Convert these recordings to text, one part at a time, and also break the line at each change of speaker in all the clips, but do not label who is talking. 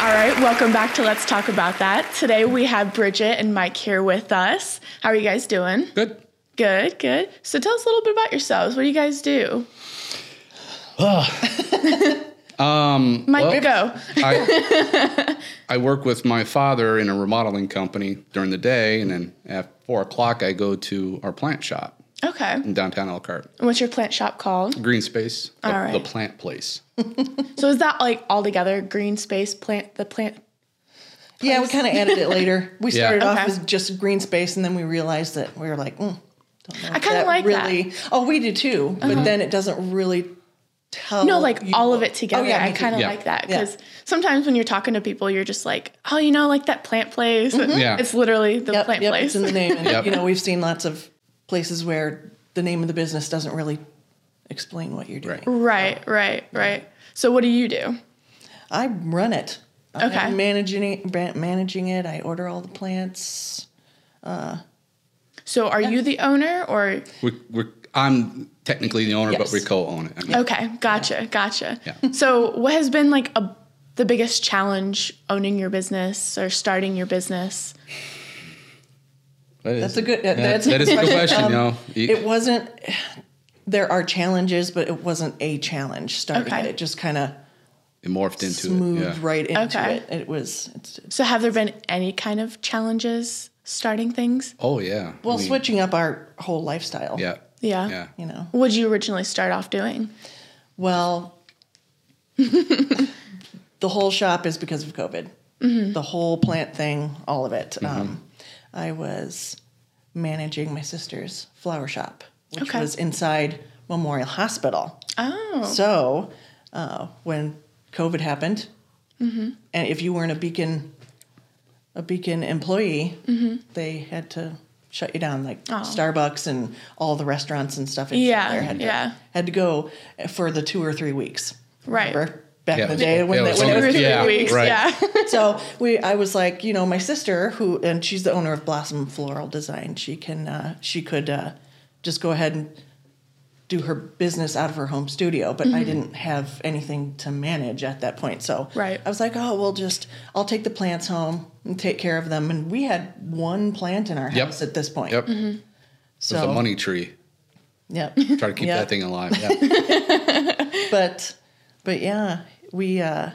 Welcome back to Let's Talk About That. Today we have Bridget and Mike here with us. How are you guys doing?
Good.
Good, good. So tell us a little bit about yourselves. What do you guys do?
Um,
Mike,
well,
go.
I, I work with my father in a remodeling company during the day, and then at four o'clock, I go to our plant shop
Okay. And
in downtown Elkhart,
what's your plant shop called?
Green Space, the,
All right.
the plant place.
So is that like all together green space plant the plant?
Yeah, we kind of added it later. We
Yeah.
started
Okay.
off with just green space, and then we realized that we were like, mm, don't know.
I kinda like that. Uh-huh.
really. Oh, we do too, but then it doesn't really tell.
No, like
you
all of
what-
it together.
Oh, yeah,
I
me too.
kind of
Yeah.
like that
Yeah.
because sometimes when you're talking to people, you're just like, oh, you know, like that plant place.
Mm-hmm. Yeah.
It's literally the
Yep,
plant
yep,
place.
It's in the name. And,
Yep.
You know, we've seen lots of places where the name of the business doesn't really explain what you're doing.
Right.
right,
Oh.
right, right. So what do you do?
I run it.
Okay.
I'm managing it, ban- managing it. I order all the plants.
So are you the owner or
We, we're, I'm technically the owner, but
Yes.
we co-own it. I mean,
Okay, gotcha, gotcha.
Yeah.
So, what has been like a, the biggest challenge owning your business or starting your business?
that is-
Oh, That's a good.
yeah,
that's
that is a good question.
Um,
you know, You-
It wasn't. There are challenges, but it wasn't a challenge starting
Okay.
it. It just kind of
it morphed into
moved
it. yeah.
right into
Okay.
it. It was it's,
So, have there been any kind of challenges starting things?
Oh yeah.
well
We-
switching up our whole lifestyle.
Yeah.
Yeah.
Yeah.
you know.
What would you originally start off doing?
Well, the whole shop is because of COVID.
Mm-hmm.
The whole plant thing, all of it.
Mm-hmm.
Um, I was managing my sister's flower shop, which
Okay.
was inside Memorial Hospital.
Oh,
So uh, when COVID happened,
Mm-hmm.
and if you weren't a Beacon, a Beacon employee,
Mm-hmm.
they had to shut you down, like Starbucks and all the restaurants and stuff. and shit
Oh. Yeah,
there had to,
yeah.
had to go for the two or three weeks.
Right.
Remember? Back
Yeah.
in the day when
Yeah,
they
it was
when
only
it was
two Yeah,
weeks.
right.
Yeah.
so we i was like you know my sister who and she's the owner of blossom floral design she can uh, she could uh, just go ahead and do her business out of her home studio but i didn't have anything to manage at that point so
Right.
i was like oh we'll just i'll take the plants home and take care of them and we had one plant in our
Yep.
house at this point
Yep.
mm-hmm. so
There's a money tree.
yep
Try to keep
Yeah.
that thing alive. Yeah.
but but yeah, we uh,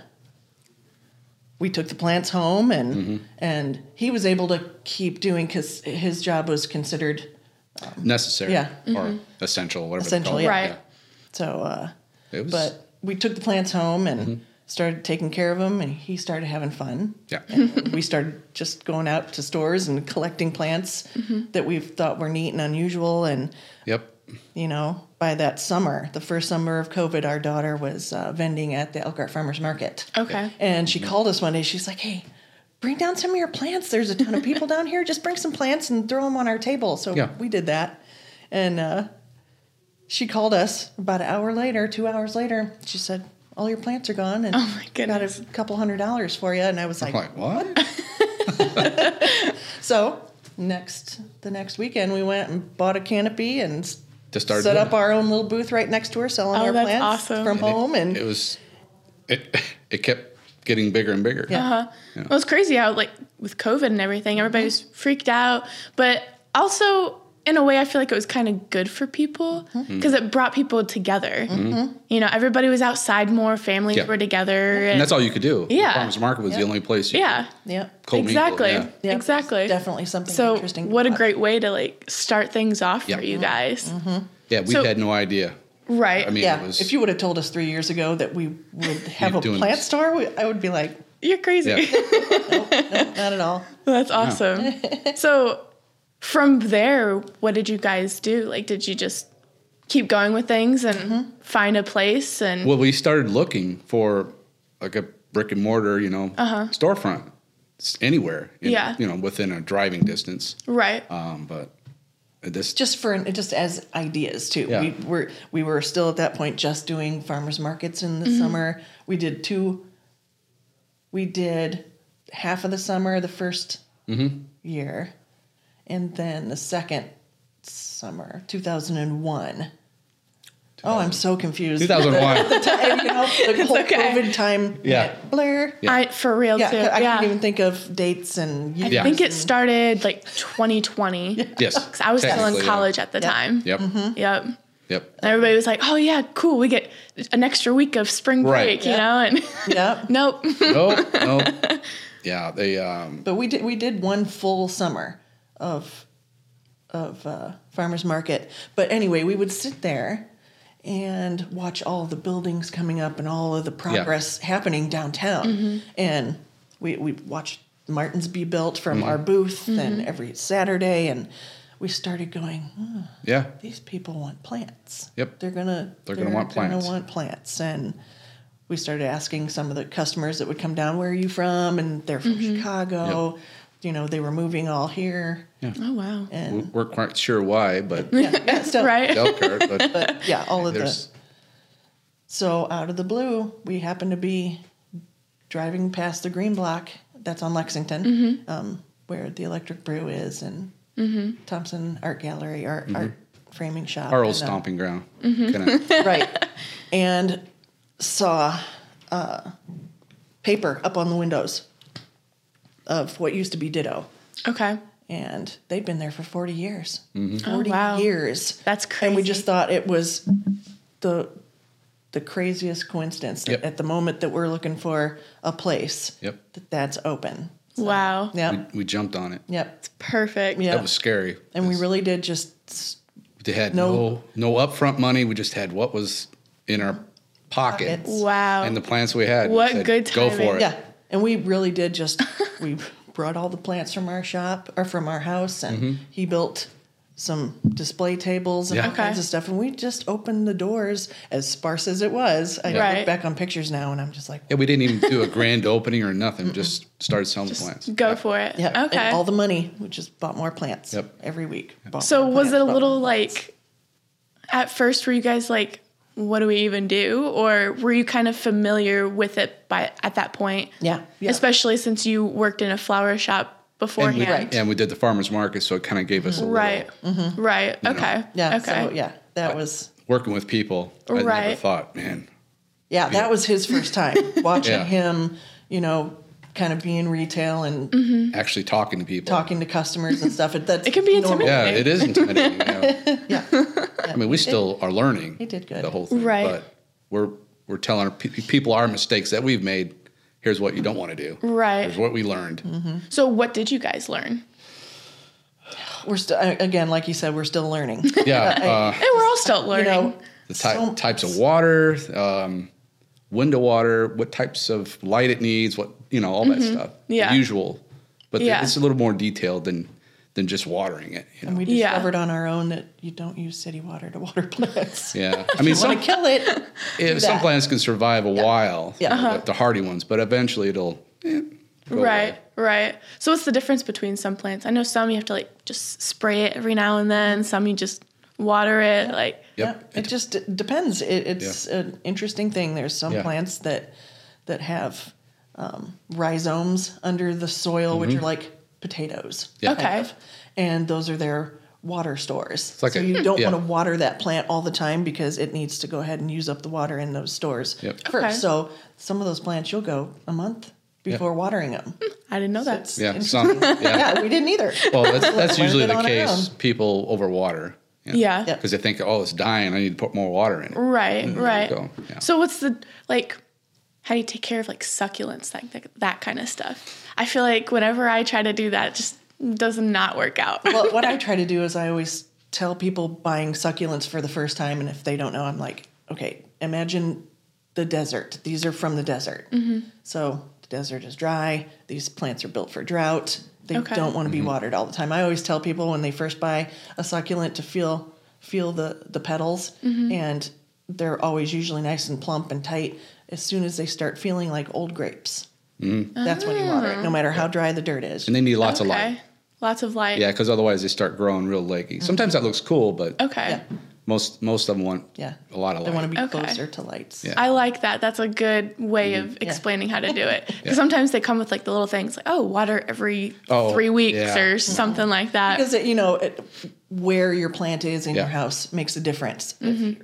we took the plants home, and and he was able to keep doing because his job was considered
Necessary.
Yeah. Mm-hmm.
Or essential, whatever. they
Essential,
call it.
yeah.
Right.
so. Uh,
It was.
but we took the plants home and started taking care of them, and he started having fun.
yeah.
we started just going out to stores and collecting plants that we thought were neat and unusual, and
Yep.
you know, by that summer, the first summer of COVID, our daughter was uh, vending at the Elkhart Farmers Market.
Okay.
And she called us one day. She's like, "Hey, bring down some of your plants. There's a ton of people down here. Just bring some plants and throw them on our table." So
Yeah.
we did that, and uh, she called us about an hour later, two hours later. She said, "All your plants are gone, and
Oh, my
got
goodness.
a couple hundred dollars for you." And I was
I'm
like,
like, what?
"So." Next, the next weekend, we went and bought a canopy and s-
To start
set
doing it.
up our own little booth right next to her, selling
Oh,
our
that's
plants
awesome.
from
it-
home. and
it was it it kept getting bigger and bigger.
Yeah.
Uh-huh. Well, it's crazy how like with COVID and everything, everybody's
Mm-hmm.
freaked out, but also in a way, I feel like it was kind of good for people
Mm-hmm.
because it brought people together. You know, everybody was outside more, families
Yeah.
were together,
And that's all you could do. The
Yeah.
farmers market was the only place. You
yeah,
yeah,
could co-mingle,
exactly,
yeah.
Yeah,
exactly,
definitely something
So,
interesting.
what a
Uh,
great way to like start things off
Yeah.
for you guys,
Mm-hmm.
Yeah. We
So-
had no idea.
right?
I mean,
Yeah,
it was.
if you would have told us three years ago that we would have a
doing
plant
this.
store, we, I would be like,
you're crazy.
yeah.
not at all.
That's awesome. so, from there, what did you guys do? Like, did you just keep going with things and
Mm-hmm.
find a place? And
Well, we started looking for like a brick and mortar, you know, storefront s- anywhere. in-
Uh-huh. Yeah.
You know, within a driving distance.
right,
Um, but this
Just for just as ideas too.
Yeah.
We were we were still at that point just doing farmers markets in the summer. We did two. We did half of the summer the 1st year, and then the second summer, two thousand and one. Oh, I'm so confused.
2001.
time, you know, the whole
okay.
COVID time.
Yeah.
Blur. Yeah,
I for real too.
I
yeah.
couldn't even think of dates and.
I
Yeah.
think it started like 2020.
yes.
'Cause I was still in
Technically, yeah.
college at the time.
Yep.
Mm-hmm.
Yep. And
Yep.
everybody was like, "Oh yeah, cool. We get an extra week of spring
Right.
break," you know. And
Yep.
nope.
Nope. Nope. Yeah. They. Um,
But we did we did one full summer of of uh, farmers market. But anyway, we would sit there and watch all the buildings coming up and all of the progress happening downtown. And we we watched Martin's be built from our booth and every Saturday and we started going, "Hmm,
yeah.
these people want plants.
Yep.
They're gonna
They're gonna want
They're
plants.
gonna want plants. And we started asking some of the customers that would come down, where are you from? And they're from Chicago. You know, they were moving all here.
Oh wow.
We
And
weren't quite sure why, but
yeah, yeah, still,
Right.
Delkert. But
But yeah, all of
there's.
the so out of the blue, we happened to be driving past the green block that's on Lexington, um, where the Electric Brew is and Thompson Art Gallery, art art framing shop,
Mm-hmm. Our old
and, um,
stomping ground. Kinda-
right and saw uh, paper up on the windows of what used to be ditto
Okay.
and they've been there for 40 years
Mm-hmm.
40
Oh, wow.
years
That's
and we
crazy.
just thought it was the the craziest coincidence that
Yep.
at the moment that we're looking for a place
Yep.
that that's open
wow.
yep
We, we jumped on it.
yep
Perfect.
Yeah.
That was scary.
and we
It's-
really did just
They had no no
No.
upfront money. We just had what was in our pocket
Pockets.
Wow.
and the plans we had. We
What
said,
good
Go for
timing."
it.
Yeah, and we really did just we brought all the plants from our shop or from our house, and
Mm-hmm.
he built some display tables and
Yeah.
all kinds
Okay.
of stuff. And we just opened the doors as sparse as it was. I
Right.
look back on pictures now, and I'm just like,
Yeah, we didn't even do a grand opening or nothing. Just started selling plants.
Go for it.
yeah,
Okay.
and all the money we just bought more plants
Yep.
every week. bought
So
more
was
plants,
it a
bought
little
more plants.
like at first were you guys like what do we even do or were you kind of familiar with it by at that point?
yeah, yeah.
Especially since you worked in a flower shop
And we,
beforehand.
and we did the farmers market, so it kind of gave us a
Right. Right. Okay.
Mm-hmm. yeah,
Okay.
so yeah, that was
little working with people. I never
Right.
thought, man,
Yeah, that was his first time watching
Yeah.
him, you know, kind of be in retail and
actually talking to people.
talking to customers and stuff. It, that
Mm-hmm. It can be
normal.
Yeah, it is intimidating. yeah.
Yeah.
I mean, we still are learning.
He did good.
The whole thing,
Right.
But we're we're telling our pe- people our mistakes that we've made. Here's what you don't want to do.
Right.
Here's what we learned.
Mm-hmm.
So what did you guys learn?
We're still again, like you said, we're still learning.
Yeah. uh,
And we're all still
you
learning.
know,
the ty-
so-
types of water, um, window water, what types of light it needs, what you know, all that stuff. The
Mm-hmm. Yeah.
usual, but the-
Yeah.
it's a little more detailed than than just watering it. You
And
know?
we
Yeah.
discovered on our own that you don't use city water to water plants.
yeah, I mean,
You want
some
to kill it.
if some
that.
plants can survive a while,
Yeah. Uh-huh.
you know, the, the hardy ones, but eventually it'll eh, go away.
Right, right. So what's the difference between some plants? I know some you have to like just spray it every now and then. Some you just water it. Like
Yep.
Yeah, it just d- depends. It, it's an interesting thing. There's some
Yeah.
plants that that have um, rhizomes under the soil, which are like potatoes.
Mm-hmm. Yeah.
Okay.
kind of. And those are their water stores.
like
so
a-
you don't
yeah.
want to water that plant all the time because it needs to go ahead and use up the water in those stores
Yep.
first.
Okay.
So some of those plants you'll go a month before watering them.
I didn't know that.
Yeah, some. Yeah.
yeah, we didn't either.
Well, that's, that's
Learned
usually
it
the
on our
case.
own.
People overwater. you know,
Yeah.
Yep.
Because they think, oh, it's dying. I need to put more water in it.
Right, right.
Mm-hmm. go, yeah.
So what's the like? How do you take care of like succulents, like that, that kind of stuff? I feel like whenever I try to do that, it just does not work out.
well, what I try to do is I always tell people buying succulents for the first time, and if they don't know, I'm like, okay, imagine the desert. These are from the desert.
Mm-hmm.
So the desert is dry. These plants are built for drought. They
Okay.
don't want to be watered all the time. I always tell people when they first buy a succulent to feel feel the the petals,
Mm-hmm.
and they're always usually nice and plump and tight. As soon as they start feeling like old grapes, that's when you water it,
Ah.
no matter how dry the dirt is.
And they need lots
okay.
of light.
Lots of light.
Yeah, because otherwise they start growing real leggy. Sometimes that looks cool, but
Okay.
Yeah.
most most of them want
Yeah.
a lot of
They
light.
want to be
Okay.
closer to lights.
Yeah. Mm-hmm.
I like that. That's a good way of explaining how to do it. Because sometimes they come with like the little things like, oh, water every
Oh,
three weeks
yeah.
or something like that.
because it, you know it, where your plant is in
Yeah.
Mm-hmm.
your house makes a difference. If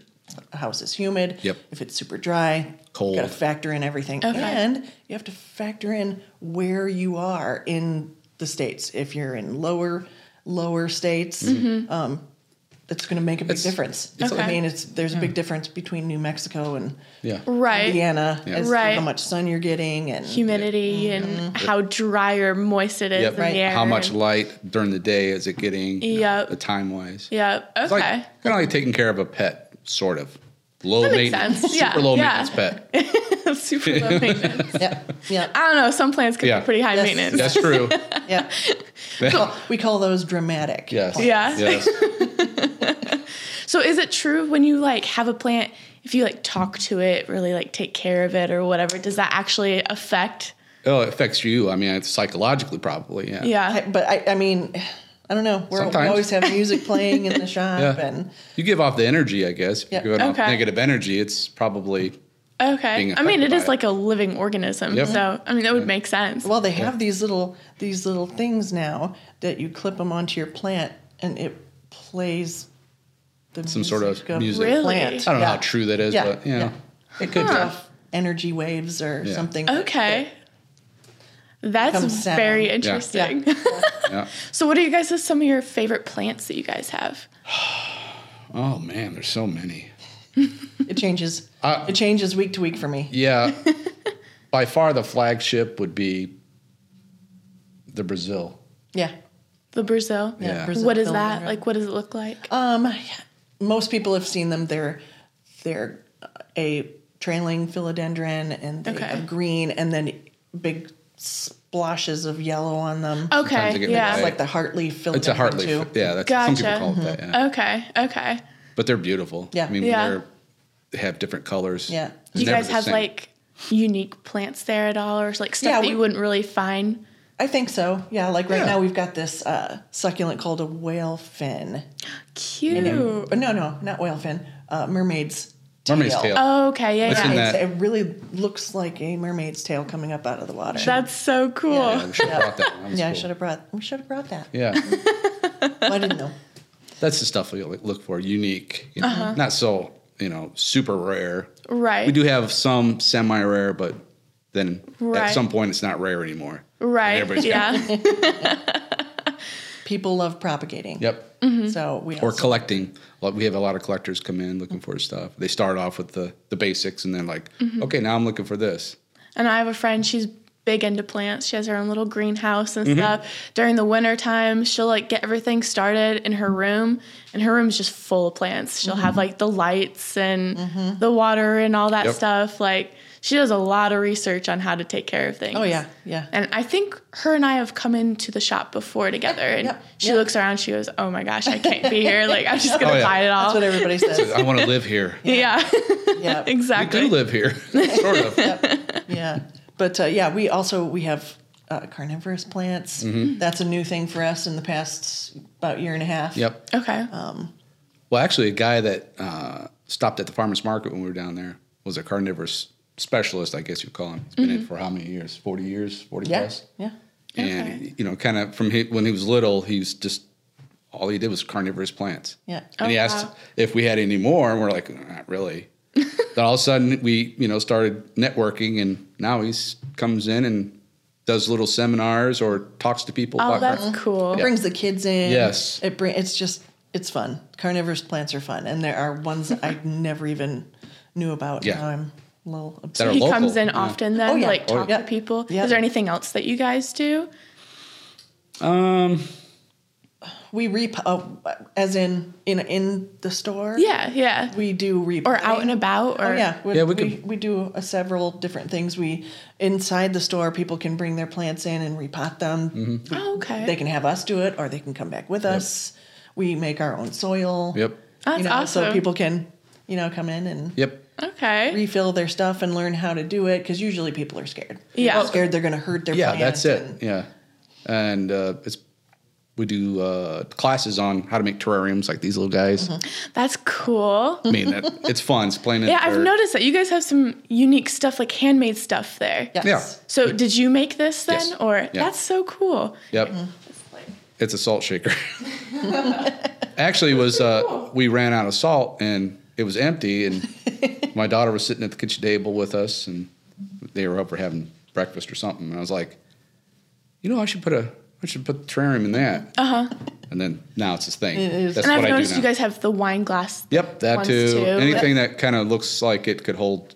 house is humid.
Yep.
If it's super dry,
Cold.
Got to factor in everything,
Okay.
and you have to factor in where you are in the states. If you're in lower lower states, um, that's going to make a big
It's-
difference.
it's
Mm-hmm. Okay. Mm.
I mean, it's there's a big difference between New Mexico and
Yeah.
Right.
Indiana as to
Right.
how much sun you're getting and
Humidity and how dry or moist it is
Mm-hmm. Yep.
in the air.
How much
and-
light during the day is it getting? you know,
Yep.
The time wise.
Yep. Okay.
It's like kind of like taking care of a pet, sort of. Low
makes
maintenance,
sense.
super
Yeah,
low
yeah.
maintenance pet.
Super low maintenance.
yeah, yeah,
I don't know. Some plants can
Yeah.
be pretty high
Yes.
maintenance.
That's true.
yeah. we call those dramatic.
yes.
Yeah.
Yes.
So is it true when you like have a plant, if you like talk to it, really like take care of it or whatever, does that actually affect?
Oh, it affects you. I mean, it's psychologically probably. Yeah.
Yeah.
I- but I, I mean, I don't know. We're, we
Sometimes.
always have music playing in the shop,
Yeah.
and
You give off the energy, I guess. If
Yep.
you're giving off
Okay.
negative energy, it's probably
Okay.
Being
I mean,
affected
it
by
is
it.
like a living organism.
Yep.
So, I mean, that would make sense.
well, they have these little these little things now that you clip them onto your plant, and it plays the
Some sort of music.
the
Really?
Plant.
I don't know
Yeah.
how true that is,
Yeah.
but you know,
It could have energy waves or
Yeah.
something.
okay. That's
Becomes sound.
very
Yeah.
interesting.
yeah.
so, what are you guys' some of your favorite plants that you guys have?
Oh man, there's so many.
It changes.
Uh,
it changes week to week for me.
Yeah. By far, the flagship would be the Brazil.
Yeah.
The Brazil.
Yeah.
Brazil
what is
philodendron.
that? Like, what does it look like?
Um, most people have seen them. They're they're uh, a trailing philodendron and they
Okay.
have green and then big splashes of yellow on them.
sometimes they
okay.
get
Oh, Yeah.
It's
white.
like the Hartley philodendron.
It's a Hartley.
too.
Yeah, that's some people
Gotcha.
call it that. Yeah.
Okay. Okay.
But they're beautiful.
Yeah.
I mean,
Yeah.
they're, they have different colors.
Yeah.
It's
Do you
never
guys
the
have
same.
like unique plants there at all, or like stuff
Yeah,
that
we-
you wouldn't really find?
I think so. Yeah, like right
Yeah.
now we've got this uh, succulent called a whale fin.
Cute.
But no, no, not whale fin. Uh, mermaid's Uh,
Mermaid's tail.
Oh, okay. Yeah.
It's in
yeah.
that-
It's- It really looks like a mermaid's tail coming up out of the water.
That's so cool.
Yeah, we should have brought that. One.
yeah, I should have brought. We should have brought that.
Yeah,
I didn't know.
that's the stuff we look for. Unique, you know,
Uh-huh.
not so you know super rare.
Right.
We do have some semi-rare, but then
Right.
at some point it's not rare anymore.
Right.
Everybody's got-
Yeah.
People love propagating.
Yep.
Mm-hmm.
So we
Or
also-
collecting. Like, we have a lot of collectors come in looking for stuff. They start off with the the basics, and then like,
Mm-hmm.
okay, now I'm looking for this.
And I have a friend, she's big into plants. She has her own little greenhouse
Mm-hmm.
and stuff. During the winter time, she'll like get everything started in her room, and her room's just full of plants. She'll have like the lights and
Mm-hmm.
the water and all that
Mm-hmm. Yep.
stuff. Like she does a lot of research on how to take care of things.
Oh yeah, yeah.
And I think her and I have come into the shop before together, and
Yep,
she
yep.
looks around. She goes, "Oh my gosh, I can't be here! Like I'm just gonna
Oh, yeah.
buy it all."
That's what everybody says.
I want to live here.
yeah,
yeah,
We
exactly.
do live here, sort of.
yeah. But uh, yeah, we also we have uh, carnivorous plants.
Mm-hmm.
That's a new thing for us in the past about year and a half.
Yep.
Okay.
Oh,
Oh,
Well, actually, a guy that uh, stopped at the farmers market when we were down there was a carnivorous specialist, I guess you'd call him. He's been
Mm-hmm.
in for how many years? Forty years, forty
Yeah.
plus.
Yeah.
And you know, kind of from he, when he was little, he was just all he did was carnivorous plants.
Yeah.
And he
Oh,
asked
wow.
if we had any more, and we're like, "Uh, not really. then all of a sudden, we you know started networking, and now he's comes in and does little seminars or talks to people.
Oh,
about
that's
carni-
cool.
It brings the kids in.
Yes.
It bring. It's just it's fun. Carnivorous plants are fun, and there are ones that I never even knew about.
Yeah.
Now I'm a little
That are
obsessed.
he
local,
comes in
yeah.
often then
Oh, yeah.
like
Oh,
talk
yeah.
to people
Yeah.
is there anything else that you guys do
Um,
We re uh, as in in in the store.
yeah yeah
We do repotting.
or out and about or
Uh, Oh yeah, we,
Yeah,
we,
we
we,
could-
do uh, several different things. We inside the store, people can bring their plants in and repot them.
Mm-hmm.
oh, okay
They can have us do it, or they can come back with us. We make our own soil.
Yep.
Oh, That's
you know, So
awesome.
people can, you know, come in and
Yep.
okay
refill their stuff and learn how to do it because usually people are scared. People
Yeah.
are scared they're going to hurt their.
yeah
plants
that's it
and-
yeah and uh, it's we do uh, classes on how to make terrariums like these little guys
that's cool
i mean that, it's fun it's plain and
Mm-hmm. yeah i've noticed that you guys have some unique stuff like handmade stuff there
Yes.
so did you make this then
Yes.
or
Yeah.
that's so cool
yep
Like,
it's a salt shaker actually it was uh, we ran out of salt and it it was empty, and my daughter was sitting at the kitchen table with us, and they were over having breakfast or something. And I was like, you know, I should put a I should put the terrarium in that. Uh huh. And then now it's this thing.
It is.
That's
and I've
what I do
noticed
now.
you guys have the wine glass.
Yep, that
ones
too.
too.
Anything that kind of looks like it could hold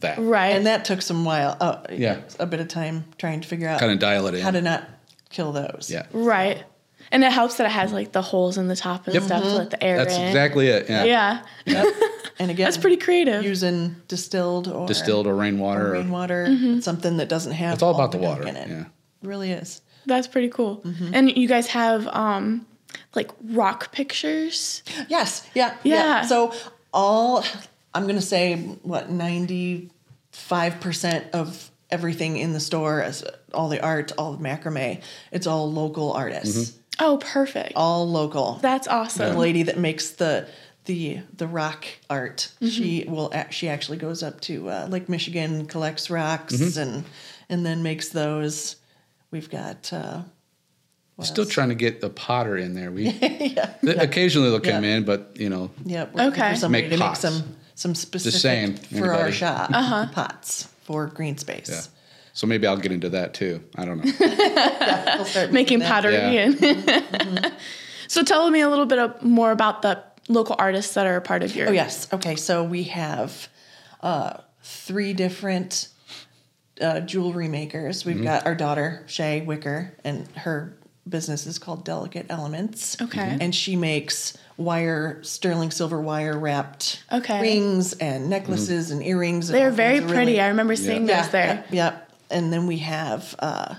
that.
Right.
And that took some while. Uh,
Yeah.
A bit of time trying to figure out
Kind of dial it in.
how to not kill those.
yeah.
right. And it helps that it has like the holes in the top and
Yep.
stuff
Mm-hmm.
to let the air
That's
in.
exactly it. Yeah.
Yeah.
And again,
That's pretty creative.
using distilled or
Distilled or rainwater.
or
or-
rainwater,
Mm-hmm.
something that doesn't have.
It's all about the
gunk
water,
In it.
yeah.
Really is.
That's pretty cool.
Mm-hmm.
And you guys have um like rock pictures.
Yes. Yeah.
Yeah.
So all I'm gonna say what 95 percent of everything in the store, as all the art, all the macrame, it's all local
Mm-hmm.
artists,
Oh, perfect.
all local.
That's
the
awesome.
lady that makes the the the rock art.
Mm-hmm.
She will ac- she actually goes up to uh, Lake Michigan, collects rocks,
Mm-hmm.
and and then makes those. We've got uh,
We're still trying to get the potter in there. We th- occasionally they'll come
Yeah.
in, but you know,
yeah, we're looking
Okay.
for somebody
Make
to
pots.
make some some specific
saying,
for our
anybody.
shop
Uh-huh.
pots for green space.
yeah. So maybe I'll get into that too. I don't know.
We'll start
Making
that.
pottery
Yeah.
and
Mm-hmm.
So tell me a little bit of, more about the local artists that are a part of your
Oh yes. Okay. So we have uh, three different uh, jewelry makers.
Mm-hmm.
We've got our daughter Shay Wicker, and her business is called Delicate Elements.
Okay.
Mm-hmm.
And she makes wire sterling silver wire wrapped
Okay.
rings and necklaces
Mm-hmm.
and earrings. and
They're
all
very
kinds of
pretty.
Oh, really-
I remember seeing
yeah,
those there.
Yep, yep. And then we have uh,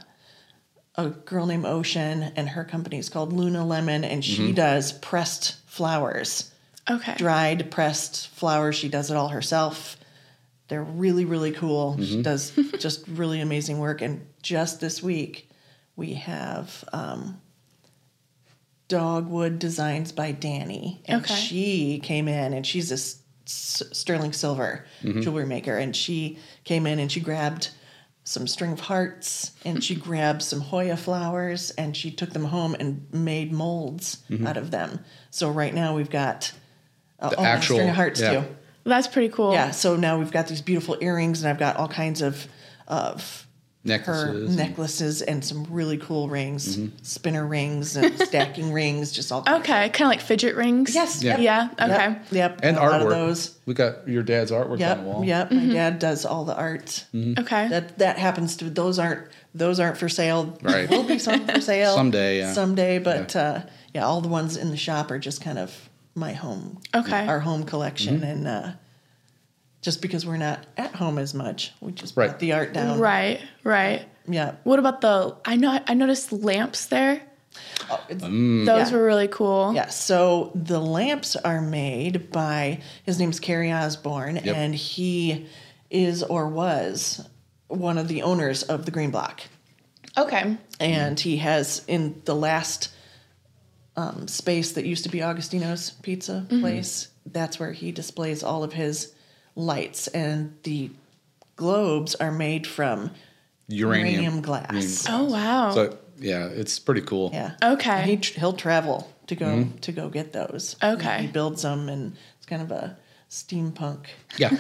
a girl named Ocean, and her company is called Luna Lemon, and she does pressed flowers
Okay.
dried pressed flowers. She does it all herself. They're really, really cool.
Mm-hmm.
She does just really amazing work. And just this week, we have um, Dogwood Designs by Danny. And
Okay.
she came in and she's a s- s- sterling silver
Mm-hmm.
jewelry maker. And she came in and she grabbed some string of hearts and she grabbed some Hoya flowers and she took them home and made molds
Mm-hmm.
out of them. So right now we've got uh,
The
oh, and a
actual-
string of hearts
yeah.
too.
That's pretty cool.
Yeah. So now we've got these beautiful earrings, and I've got all kinds of of her
Necklaces. and- Mm-hmm.
necklaces and some really cool rings, spinner rings and stacking rings, just all.
Okay, kind of like fidget rings.
Yes.
Yeah.
Yep. Mm-hmm.
Okay.
Yep. yep.
And
a
artwork.
lot of those.
We got your dad's artwork on the wall. Mm-hmm.
Yep. Yep. My dad does all the art.
Okay.
That that happens to those aren't those aren't for sale.
Right.
There will be some for sale
Someday, yeah.
Someday, but uh, yeah, all the ones in the shop are just kind of my home.
Okay.
Our home collection,
Mm-hmm.
and uh, just because we're not at home as much, we just
Right.
put the art down.
right. Right.
Yeah.
What about the? I know. I noticed lamps there.
Oh, it's-
Mm-hmm. Hmm.
Those
Yeah.
were really cool.
Yeah, so the lamps are made by his name's Carrie Osborne,
Yep.
and he is or was one of the owners of the Green Block.
Okay.
And he has in the last um, space that used to be Augustino's pizza
Mm-hmm.
place, that's where he displays all of his lights. And the globes are made from
Uranium.
uranium glass.
Oh wow.
So yeah, it's pretty cool.
Yeah.
Okay.
And he tr- he'll travel to go
Mm-hmm.
to go get those.
Okay.
And he builds them, and it's kind of a steampunk
Yeah.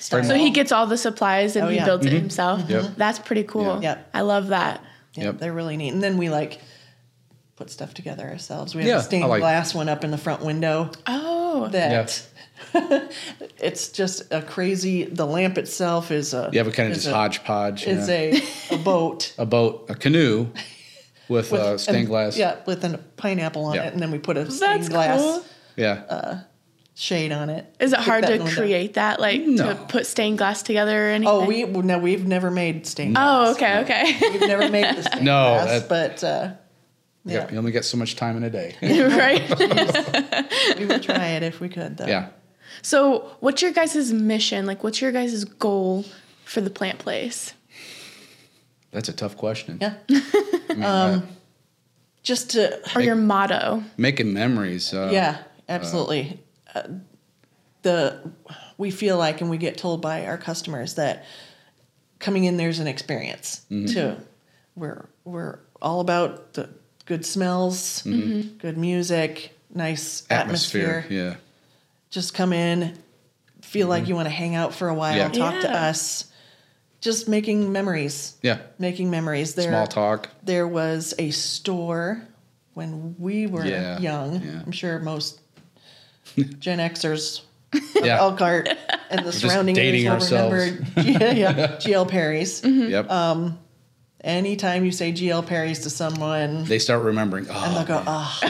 style.
So he gets all the supplies and
Oh,
he
yeah.
builds it himself.
Mm-hmm. Yep.
That's pretty cool.
Yeah. Yep.
I love that.
yeah,
Yep.
they're really neat. And then we like put stuff together ourselves. We have
Yeah, I
a stained
like-
glass one up in the front window
Oh.
that. it's just a crazy. The lamp itself is a
Yeah, we kind of
is
just
a-
hodgepodge.
is
yeah.
a, a boat
a boat, a canoe with,
with
uh,
an-
stained glass.
Yeah, with a pineapple on
Yeah.
it, and then we put a stained
That's
glass
cool.
Yeah.
Uh, shade on it.
Is it
Stick
hard
that
to
in the window.
create that, like to
No.
put stained glass together or anything?
Oh, we well, no, we've never made stained.
Oh, okay, okay.
We've never made this. thing
No,
glass,
that-
but uh,
Yep,
yeah,
You only get so much time in a day.
right.
we would try it if we could. Though.
yeah.
So, what's your guys' mission? Like, what's your guys' goal for the plant place?
That's a tough question.
yeah. Um,
I mean, uh,
Just to
Or your motto?
making memories. Uh,
yeah, absolutely. Uh, the we feel like, and we get told by our customers that coming in there's an experience
Mm-hmm.
too. We're we're all about the good smells, good music, nice atmosphere.
Atmosphere. Mm-hmm. Yeah. Mm-hmm.
just come in, feel like you want to hang out for a while,
Yeah.
talk to
Yeah.
us. Just making memories.
Yeah.
Making memories. There,
Small talk.
There was a store when we were
Yeah.
young.
Yeah.
I'm sure most Gen Xers
Yeah.
Elkhart and the surrounding
dating
years will
ourselves. Mm-hmm.
remember yeah, yeah, GL Perry's.
Yep.
Um, Anytime you say GL Perry's to someone,
they start remembering. Oh,
they'll go,
man.
ah.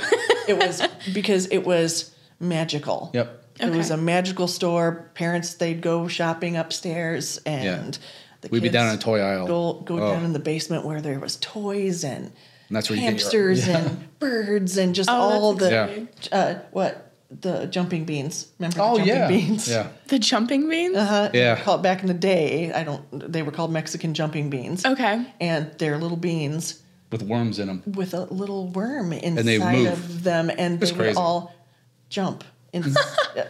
it was because it was magical.
Yep.
It was
Okay.
a magical store. Parents, they'd go shopping upstairs and the
We'd be down
kids
in a toy aisle.
Go, go
Oh.
down in the basement where there was toys and,
And that's where you get your-
hamsters and birds and just
Oh,
all
that's
the,
exciting.
uh, what, the jumping beans. Remember
Oh
the jumping
yeah.
beans?
Yeah.
The jumping beans?
Uh-huh.
Yeah.
Called back in the day, I don't. They were called Mexican jumping beans.
Okay.
And they're little beans
With worms in them.
with a little worm inside
they move.
of them, and
That's
they would
crazy.
all jump. And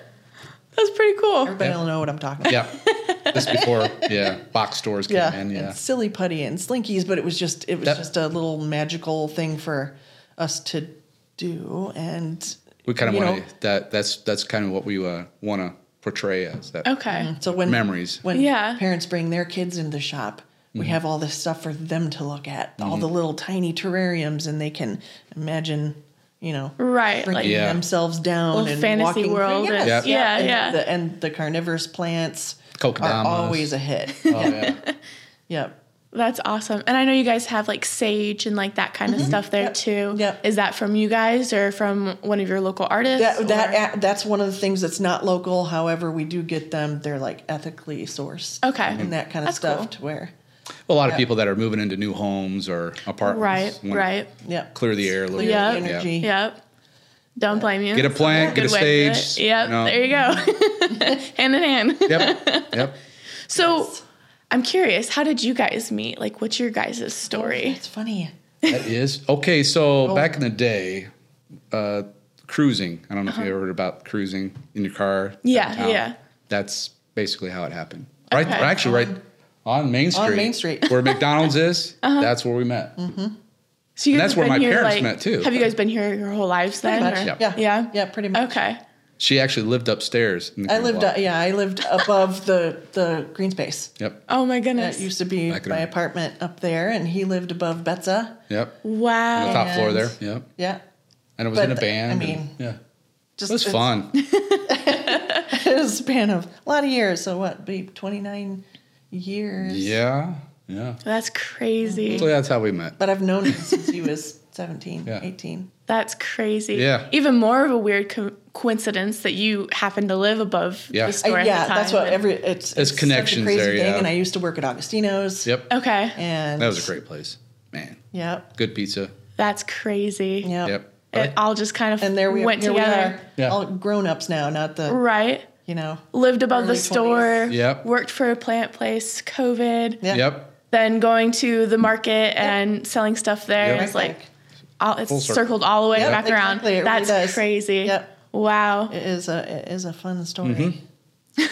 That's pretty cool.
everybody will know what I'm talking about.
Yeah. This before yeah box stores came
Yeah.
in. Yeah.
And silly putty and slinkies, but it was just it was
That-
just a little magical thing for us to do, and
we kind of
you
want
know,
to that. That's that's kind of what we uh, want to portray as that.
Okay.
So when
Memories. Mm-hmm.
when
Yeah.
parents bring their kids into the shop, we have all this stuff for them to look at, all the little tiny terrariums, and they can imagine, you know,
Right. Like
bringing
Yeah.
themselves down
Little
and
fantasy
walking through-
world and-
Yep.
yeah,
and
yeah.
The, and the carnivorous plants
Kokodamas.
are always a hit.
Oh, yeah.
yep.
that's awesome. And I know you guys have like sage and like that kind of stuff there
Mm-hmm. Yep.
too.
Yep.
Is that from you guys or from one of your local artists?
That,
or-
that that's one of the things that's not local. However, we do get them. They're like ethically sourced.
Okay.
And that kind of
That's
stuff
cool.
to where,
Well, a lot of people that are moving into new homes or apartments.
Right,
want to
right.
yep.
Clear the air a little
Clear
bit.
Yeah.
the energy.
Yep. Don't blame you.
Get a plant, get a
Good way to do
stage,
it. Yep.
you know.
There you go.
Mm-hmm.
hand in hand.
Yep. Yep.
So I'm curious, how did you guys meet? Like, what's your guys' story?
It's funny.
That is okay. So
Oh.
back in the day, uh, cruising. I don't know
Uh-huh.
if you ever heard about cruising in your car.
Yeah,
downtown.
yeah.
That's basically how it happened. Right,
Okay.
actually, right on Main Street.
Main Street. Uh-huh. Mm-hmm.
where McDonald's is. That's where we met.
So you
And
guys
that's where
have been
my
here,
parents
like-
met, too.
Have you guys been here your whole lives then?
Pretty much.
or-
Yeah.
Yeah.
Yeah. Pretty much.
Okay.
She actually lived upstairs. In the
I
green
lived,
block.
uh, yeah, I lived above the the green space.
Yep.
Oh my
That
goodness.
used to be
Back in
my
our-
apartment up there, and he lived above Betza.
Yep.
wow.
The top floor
And-
there. Yep.
Yeah,
And it was
But
in a
the-
band.
I
and-
mean,
yeah.
just
It was
it's-
fun.
It was a span of a lot of years. So what? Be twenty nine years.
yeah. Yeah.
That's crazy.
Mm-hmm. So that's how we met.
But I've known him since he was 17,
Yeah.
18.
That's crazy.
Yeah.
Even more of a weird co- coincidence that you happen to live above
Yeah.
the
I-
store. at
Uh, yeah,
the time.
that's what every it's
There's
such a
connections
crazy
there,
thing.
yeah.
And I used to work at Augustino's.
Yep.
Okay.
And
That was a great place. Man.
Yep.
Good pizza.
That's crazy.
Yep. uh,
Yep.
It all just kind of
And there we
went
here
together.
We
Yeah.
are, all grown ups now, not the
Right.
you know.
Lived above
Early
the store.
20s. Yep.
Worked for a plant place. COVID.
Yeah.
Yep.
Then going to the market and selling stuff there.
Yep.
It's like
Like,
all, it's
Full circle.
circled all the way
Yep,
back
exactly. It
around.
really
That's
does.
crazy.
Yep.
Wow.
it is a it is a fun story.
Mm-hmm.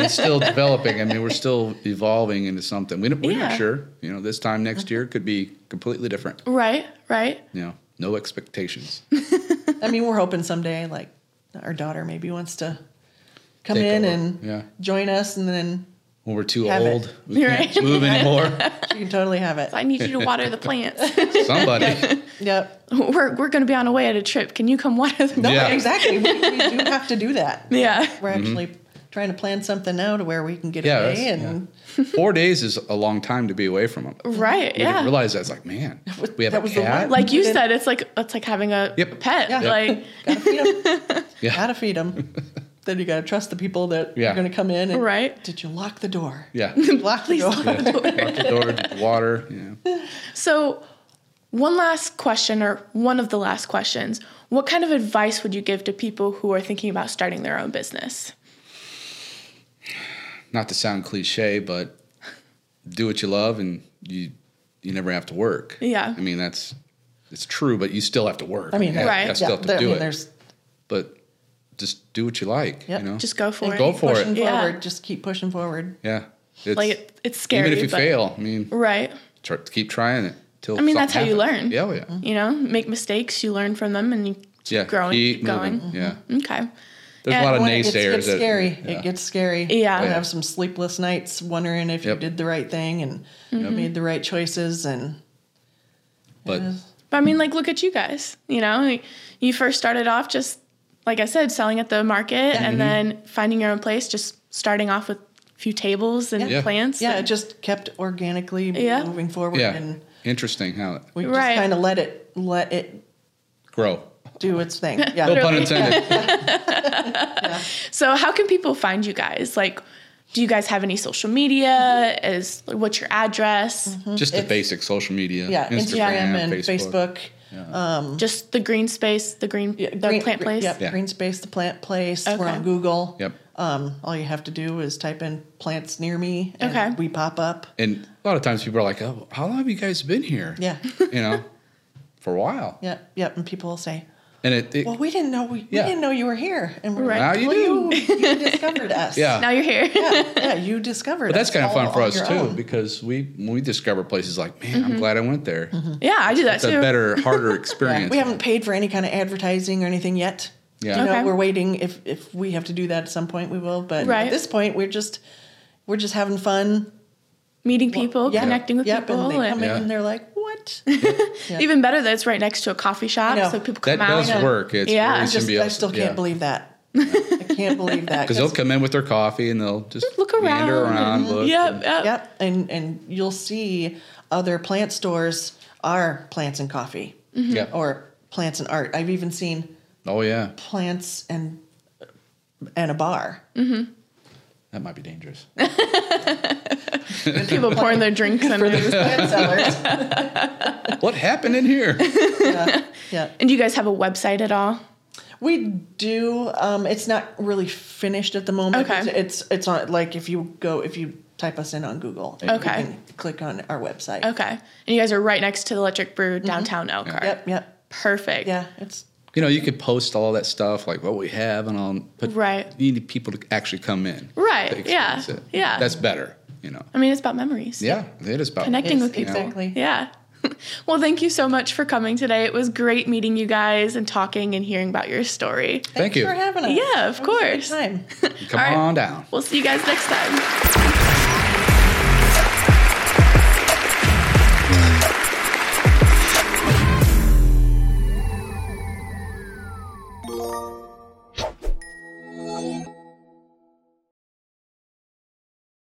it's still developing. I mean, we're still evolving into something. We don't, we're
Yeah.
not sure. You know, this time next year could be completely different.
Right. Right.
You know, no expectations.
I mean, we're hoping someday, like our daughter maybe wants to come
Take
in
over,
and
yeah.
join us, and then
When we're too
Have it.
old, we can't move anymore.
she can totally have it.
I need you to water the plants.
Somebody,
Yep.
we're we're going to be on a way at a trip. Can you come water the
No,
Yeah. Mm-hmm.
exactly. We, we do have to do that.
Yeah.
We're actually trying to plan something now to where we can get
Yeah,
away,
that's-
and
four days is a long time to be away from them.
Right.
We
yeah.
didn't realize that. It's like, man, we have a
That was the
cat.
one-
like you
Then-
said, it's like it's like having a
Yep.
pet.
Yeah.
Like
gotta feed them.
Yeah.
Gotta feed them. then you gotta trust the people that
Yeah.
are gonna come in. And,
Right.
Did you lock the door?
yeah,
Lock the
Please
door.
lock
lock the door, drink water. You know.
so. One last question, or one of the last questions. What kind of advice would you give to people who are thinking about starting their own business?
Not to sound cliche, but do what you love, and you you never have to work.
Yeah.
I mean that's it's true, but you still have to work.
I mean,
you
Right.
You
I
still have to
there-
do
I mean,
it.
There's
but just do what you like.
Yep.
You know,
Just go for it.
go for it.
pushing
Yeah.
forward. Just keep pushing forward.
Yeah, it's,
Like it, it's scary.
even if you
but-
fail, I mean,
right?
try, keep trying it till.
I mean, that's
something
how you learn.
happens. Yeah, oh,
Mm-hmm.
yeah,
You know, make mistakes, you learn from them, and you keep
yeah.
growing, keep,
moving.
going.
Yeah,
Okay.
There's a
And
lot of
Mm-hmm. When it gets,
naysayers.
gets
that-
scary.
yeah.
It gets scary.
Yeah.
You
Yeah.
have some sleepless nights wondering if
Yep.
you did the right thing and
Mm-hmm.
made the right choices. And
but
But I mean, like, look at you guys. You know, Like, you first started off just, like I said, selling at the market
Mm-hmm.
and then finding your own place, just starting off with a few tables and
Yeah.
plants.
yeah, it
and-
just kept organically
Yeah.
moving forward.
yeah,
And
interesting how it
we
Right.
just kind of let it, let it
grow.
do its thing.
No
Yeah.
pun intended.
so, how can people find you guys? Like, do you guys have any social media? Is what's your address?
Just the
It's-
basic social media.
Yeah. Instagram, and Facebook.
Just the green space, the green,
Yeah,
the plant place.
Yep,
Yeah.
Green Space, the plant place. We're
Okay.
on Google.
Yep.
Um, all you have to do is type in plants near me. And
Okay.
We pop up.
And a lot of times people are like, "Oh, how long have you guys been here?"
Yeah.
you know, for a while.
Yep. Yep. And people will say,
And it, it
well, we didn't know we,
Yeah.
we didn't know you were here. And we're
Right.
now
like,
you
well,
do.
you, you discovered us.
Yeah.
Now you're here.
Yeah. You discovered
But that's
us
kind of
all
fun for
on
us
your
too
own. Mm-hmm.
because we when we discover places like, man, I'm glad I went there.
yeah, I do that
It's a
too.
better, harder
Yeah.
experience.
We haven't paid for any kind of advertising or anything yet.
Yeah.
You know,
Okay.
we're waiting. If if we have to do that at some point, we will. But
Right.
at this point, we're just we're just having fun.
Meeting people,
Yeah.
connecting with
Yep,
people.
And they
and-
come
Yeah.
in and they're like, "What?" Yeah.
Even better that it's right next to a coffee shop,
know.
so people
that
come out.
does
Yeah.
work. It's
Yeah.
very
It's
just I
symbiotic.
still can't believe that. I can't believe that.
because they'll come in with their coffee and they'll just
Look around.
meander around,
and-
look.
Yep,
and-
yep.
Yep, and and you'll see other plant stores are plants and coffee
Mm-hmm.
yeah.
or plants and art. I've even seen
Oh yeah,
plants and and a bar.
that might be dangerous.
People pouring their drinks in.
Those plant sellers.
what happened in here?
Yeah.
And do you guys have a website at all?
We do. Um, it's not really finished at the moment.
Okay.
It's it's on like if you go if you type us in on Google. you
Okay.
can click on our website.
Okay. And you guys are right next to the Electric Brew downtown Elkhart.
Yep. Yep.
Perfect.
Yeah. It's
you know, you could post all that stuff like what we have and all, but
Right.
you need people to actually come in.
Right,
to
yeah,
experience it.
yeah.
That's better. You know.
I mean, it's about memories.
Yeah, it is about
Connecting
it's-
with people.
exactly.
Yeah. well, thank you so much for coming today. It was great meeting you guys and talking and hearing about your story.
Thank
Thanks
you.
for having us.
Yeah, of
It was a good
course.
Time.
Come
All right.
on down.
We'll see you guys next time.